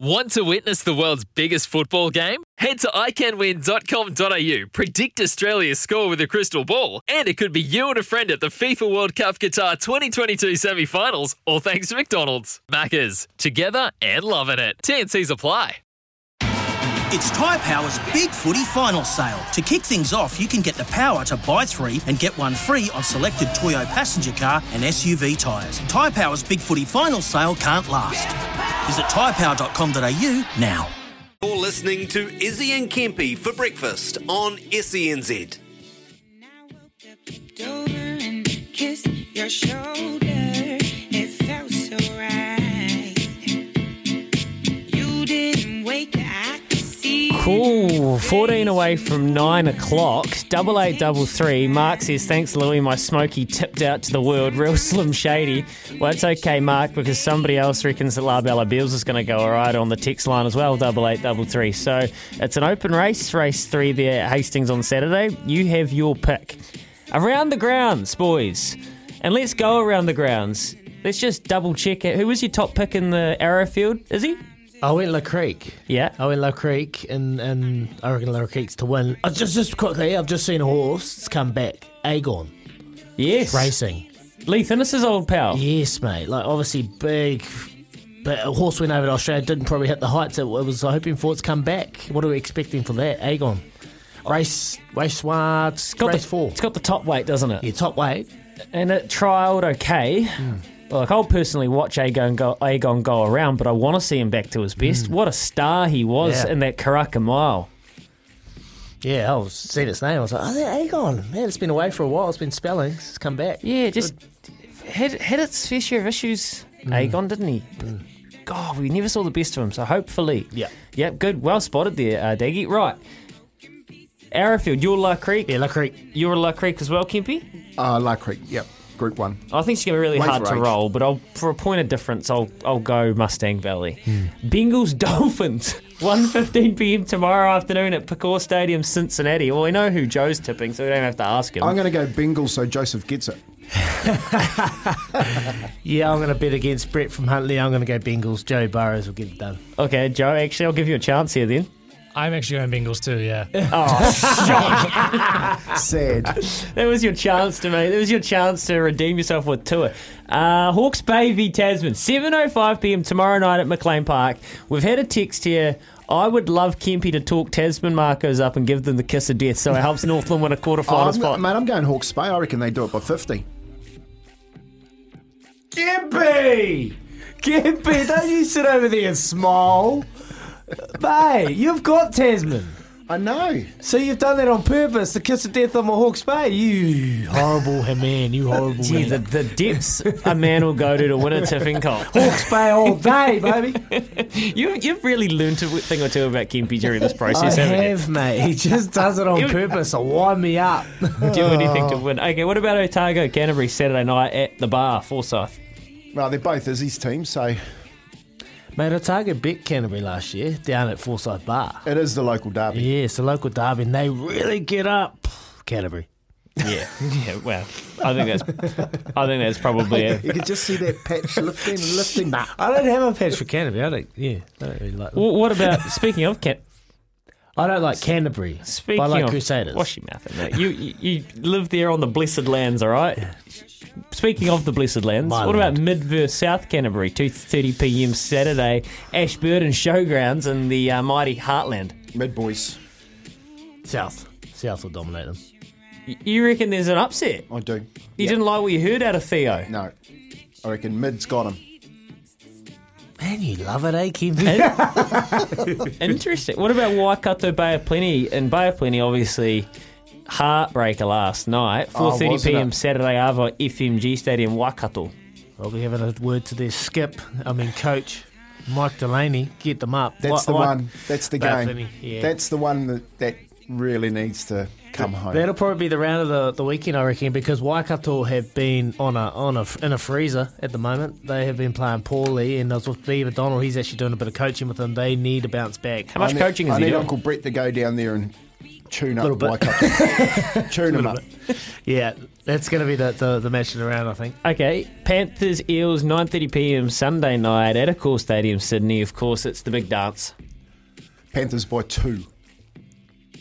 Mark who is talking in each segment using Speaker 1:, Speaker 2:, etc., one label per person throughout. Speaker 1: Want to witness the world's biggest football game? Head to iCanWin.com.au, predict Australia's score with a crystal ball, and it could be you and a friend at the FIFA World Cup Qatar 2022 semi finals, all thanks to McDonald's. Maccas, together and loving it. TNC's apply.
Speaker 2: It's Tyre Power's Big Footy Final Sale. To kick things off, you can get the power to buy three and get one free on selected Toyo passenger car and SUV tyres. Tyre Power's Big Footy Final Sale can't last. Visit tyrepower.com.au now.
Speaker 3: You're listening to Izzy and Kempy for breakfast on E SENZ.
Speaker 4: And I woke up, looked over, and kissed your shoulder. It felt so right. You didn't wake, I could see.
Speaker 5: Cool. 14 away from 9 o'clock. Double eight, double three. Mark says, Thanks, Louie. My smoky tipped out to the world. Real slim shady. Well, it's okay, Mark, because somebody else reckons that La Bella Bills is going to go all right on the text line as well. Double eight, double three. So it's an open race, race three there at Hastings on Saturday. You have your pick. Around the grounds, boys. And let's go around the grounds. Let's just double check it. Who was your top pick in the arrow field? Is he?
Speaker 6: I went Oh, La Creek.
Speaker 5: Yeah.
Speaker 6: I went La Creek, and, and I reckon La Creek's to win. Oh, just just quickly, I've just seen a horse. It's come back. Agon
Speaker 5: Yes.
Speaker 6: racing.
Speaker 5: Lee Finnis's old pal.
Speaker 6: Yes, mate. Like obviously big, but a horse went over to Australia. Didn't probably hit the heights it was hoping for. It's come back. What are we expecting for that? Agon race race one,
Speaker 5: got
Speaker 6: race
Speaker 5: the,
Speaker 6: four.
Speaker 5: It's got the top weight, doesn't it?
Speaker 6: Yeah, top weight.
Speaker 5: And it trialled okay. Like I'll personally watch Agon go, Agon go around, but I want to see him back to his best. What a star he was
Speaker 6: Yeah.
Speaker 5: in that Karaka mile.
Speaker 6: Yeah, I was seeing its name. I was like, oh, that Agon. Man, it's been away for a while. It's been spelling. It's come back.
Speaker 5: Yeah, just had had its fair share of issues. Agon didn't he? God, we never saw the best of him. So hopefully,
Speaker 6: Yeah.
Speaker 5: yep, good, well spotted there, uh, Daggy. Right, Arrowfield, you're La Creek,
Speaker 6: Yeah, La Creek.
Speaker 5: you're La Creek as well, Kempy.
Speaker 7: Uh, La Creek, yep. Group one.
Speaker 5: I think she's going to be really
Speaker 7: Wait
Speaker 5: hard to
Speaker 7: for age.
Speaker 5: roll, but I'll, for a point of difference, I'll I'll go Mustang Valley.
Speaker 7: Hmm.
Speaker 5: Bengals Dolphins, 1.15 p.m. tomorrow afternoon at Pecor Stadium, Cincinnati. Well, we know who Joe's tipping, so we don't have to ask him.
Speaker 7: I'm going to go Bengals so Joseph gets it.
Speaker 6: Yeah, I'm going to bet against Brett from Huntley. I'm going to go Bengals. Joe Burrows will get it done.
Speaker 5: okay, Joe, actually, I'll give you a chance here then.
Speaker 8: I'm actually going Bengals too, yeah.
Speaker 7: Sad.
Speaker 5: That was your chance to mate. That was your chance to redeem yourself with Tua. Uh, Hawke's Bay v Tasman, 7.05 pm tomorrow night at McLean Park. We've had a text here. I would love Kempy to talk Tasman Marcos up and give them the kiss of death so it helps Northland win a quarter
Speaker 7: Oh,
Speaker 5: final
Speaker 7: I'm-
Speaker 5: spot.
Speaker 7: mate, I'm going Hawke's Bay. I reckon they do it by 50.
Speaker 6: Gimpy! Gimpy, don't you sit over there and smile. Mate, you've got Tasman.
Speaker 7: I know.
Speaker 6: So you've done that on purpose, the kiss of death on my Hawke's Bay. You horrible man, you horrible
Speaker 5: Gee, the,
Speaker 6: man.
Speaker 5: the depths a man will go to to win a tipping comp.
Speaker 6: Hawke's Bay all day, baby.
Speaker 5: You, you've really learned a thing or two about Kempy during this
Speaker 6: I
Speaker 5: process, haven't you?
Speaker 6: have, mate. He just does it on purpose to wind me up.
Speaker 5: Do anything to
Speaker 6: Oh.
Speaker 5: win. Okay, what about Otago Canterbury Saturday night at the bar, Forsyth?
Speaker 7: Well, they're both Izzy's team, so
Speaker 6: Mate, Otago beat Canterbury last year down at Forsyth Bar.
Speaker 7: it is the local derby.
Speaker 6: Yeah, it's a local derby, and they really get up. Canterbury.
Speaker 5: Yeah, yeah. Well, I think that's I think that's probably
Speaker 7: You
Speaker 5: it.
Speaker 7: could just see that patch lifting and lifting. Nah.
Speaker 6: I don't have a patch for Canterbury. I don't. Yeah, I don't really like. Them.
Speaker 5: Well, what about speaking of Can
Speaker 6: I don't like Canterbury.
Speaker 5: Speaking
Speaker 6: but I like
Speaker 5: of
Speaker 6: Crusaders.
Speaker 5: wash your mouth, mate. You, you you live there on the blessed lands, all right. Speaking of the blessed lands,
Speaker 6: My
Speaker 5: what about
Speaker 6: land.
Speaker 5: Midverse South Canterbury, two thirty p.m. Saturday, Ashburton Showgrounds in the uh, mighty Heartland.
Speaker 7: Mid boys.
Speaker 6: South. South will dominate them.
Speaker 5: Y- You reckon there's an upset?
Speaker 7: I do.
Speaker 5: You didn't like what you heard out of Theo.
Speaker 7: No. I reckon mid's got him.
Speaker 6: Man, you love it, eh, Kim?
Speaker 5: Interesting. What about Waikato Bay of Plenty? And Bay of Plenty, obviously, heartbreaker last night.
Speaker 7: Oh,
Speaker 5: 4.30
Speaker 7: wasn't
Speaker 5: p.m.
Speaker 7: it?
Speaker 5: Saturday Ava, FMG Stadium, Waikato.
Speaker 6: I'll be having a word to their skip. I mean, coach. Mike Delaney, get them up.
Speaker 7: That's
Speaker 6: What-
Speaker 7: the
Speaker 6: what-
Speaker 7: one. That's the
Speaker 6: Bad
Speaker 7: game.
Speaker 6: for me, yeah.
Speaker 7: That's the one that, that really needs to come home.
Speaker 6: That'll probably be the round of the, the weekend, I reckon, because Waikato have been on a on a in a freezer at the moment. They have been playing poorly, and I was with Beaver Donald. He's actually doing a bit of coaching with them. They need to bounce back.
Speaker 5: How much
Speaker 7: I need,
Speaker 5: coaching is
Speaker 7: I
Speaker 5: he
Speaker 7: need
Speaker 5: doing?
Speaker 7: Uncle Brett to go down there and tune
Speaker 6: Little
Speaker 7: up
Speaker 6: bit.
Speaker 7: Waikato. tune him up.
Speaker 6: Yeah, that's going to be the, the the match of the round, I think.
Speaker 5: Okay, Panthers Eels 9:30 p.m. Sunday night at Accor Stadium, Sydney. Of course, it's the big dance.
Speaker 7: Panthers by two.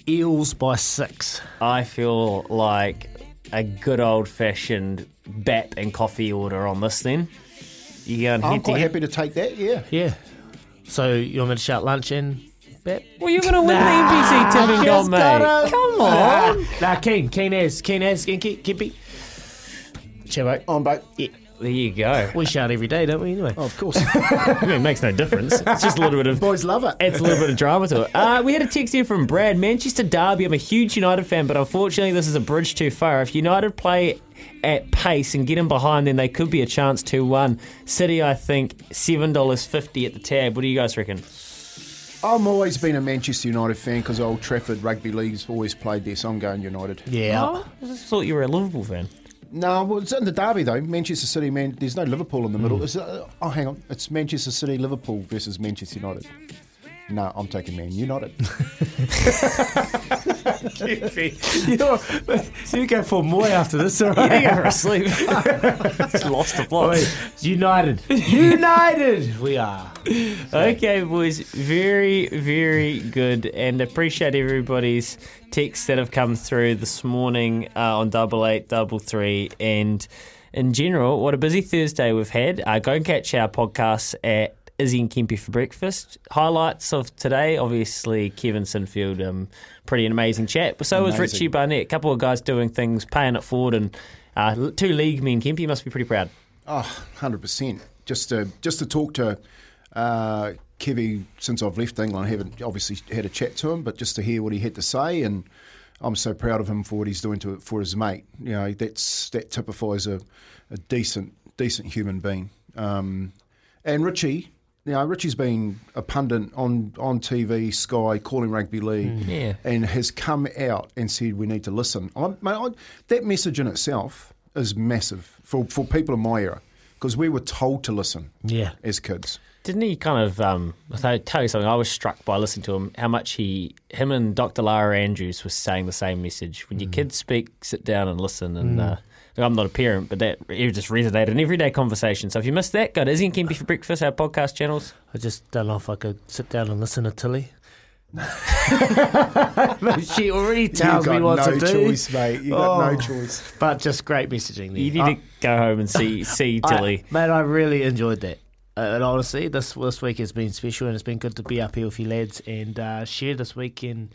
Speaker 6: Eels by six.
Speaker 5: I feel like a good old fashioned bap and coffee order on this. Then you going
Speaker 7: I'm
Speaker 5: head to
Speaker 7: quite
Speaker 5: head?
Speaker 7: happy to take that. Yeah.
Speaker 6: Yeah. So you want me to shout lunch in? Bep?
Speaker 5: Well, you're going to win the NPC tipping gold, mate. Come on.
Speaker 6: Nah, Keen, Keen as, Keen as, Keen, Keen, Kippy. Chevo.
Speaker 7: On boat.
Speaker 5: There you go.
Speaker 6: We shout every day, don't we? Anyway.
Speaker 7: Of course.
Speaker 5: I mean, it makes no difference. It's just a little bit of
Speaker 7: Boys love it.
Speaker 5: It's a little bit of drama to it. Uh, we had a text here from Brad. Manchester Derby. I'm a huge United fan, but unfortunately, this is a bridge too far. If United play at pace and get in behind, then they could be a chance 2 1. City, I think, $7.50 at the tab. What do you guys reckon?
Speaker 7: I'm always been a Manchester United fan because Old Trafford Rugby League's always played there, so I'm going United.
Speaker 6: yeah.
Speaker 5: I just thought you were a Liverpool fan.
Speaker 7: No, well, it's in the derby though. Manchester City, man. There's no Liverpool in the middle. It's, uh, oh, hang on. It's Manchester City, Liverpool versus Manchester United. No, I'm taking Man United.
Speaker 6: You're, you go for more after this, all right?
Speaker 5: Yeah, you're asleep. Just lost the plot.
Speaker 6: United. United! we are.
Speaker 5: Okay, boys, very, very good, and appreciate everybody's texts that have come through this morning uh, on double eight, double three, and in general, what a busy Thursday we've had. Uh, go and catch our podcasts at Izzy and Kempi for breakfast. Highlights of today, obviously Kevin Sinfield, um, pretty an amazing chat. But so was
Speaker 7: Amazing.
Speaker 5: Richie Barnett. A couple of guys doing things, paying it forward, and uh, two league men. Kempi must be pretty proud.
Speaker 7: Oh, 100%. Just to, just to talk to uh, Kevy since I've left England, I haven't obviously had a chat to him, but just to hear what he had to say. And I'm so proud of him for what he's doing to, for his mate. You know, that's, that typifies a, a decent, decent human being. Um, and Richie, you know, Richie's been a pundit on, on TV, Sky, calling rugby league,
Speaker 6: Mm.
Speaker 5: Yeah.
Speaker 7: and has come out and said we need to listen. I, mate, I, that message in itself is massive for, for people in my era because we were told to listen
Speaker 6: Yeah.
Speaker 7: as kids.
Speaker 5: Didn't he kind of um, I'll tell you something? I was struck by listening to him how much he, him and Dr. Lara Andrews was saying the same message. When your kids speak, sit down and listen. And uh, look, I'm not a parent, but that it just resonated in everyday conversation. So if you missed that, go to Izzy and Kempy for breakfast, our podcast channels.
Speaker 6: I just don't know if I could sit down and listen to Tilly. she already tells
Speaker 7: you got
Speaker 6: me what
Speaker 7: no
Speaker 6: to do.
Speaker 7: choice, mate. You got
Speaker 6: Oh.
Speaker 7: no choice.
Speaker 6: But just great messaging there.
Speaker 5: You need
Speaker 6: I-
Speaker 5: to go home and see see
Speaker 6: I-
Speaker 5: Dilly.
Speaker 6: mate, I really enjoyed that. Uh, and honestly, this this week has been special, and it's been good to be up here with you lads and uh, share this week and,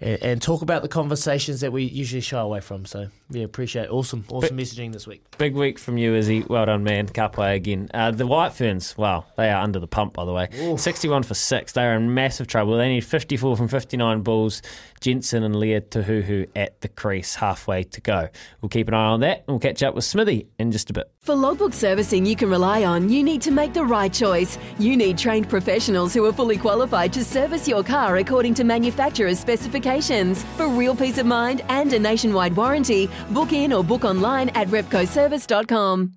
Speaker 6: and and talk about the conversations that we usually shy away from. So yeah, appreciate it. awesome, awesome messaging this week.
Speaker 5: Big week from you, Izzy. Well done, man. Kapwe again. Uh, the White Ferns, wow, they are under the pump, by the way. 61 for 6. They are in massive trouble. They need 54 from 59 balls. Jensen and Leah Tahuhu at the crease, halfway to go. We'll keep an eye on that, and we'll catch up with Smithy in just a bit.
Speaker 9: For logbook servicing you can rely on, you need to make the right choice. You need trained professionals who are fully qualified to service your car according to manufacturer's specifications. For real peace of mind and a nationwide warranty, book in or book online at repcoservice.com.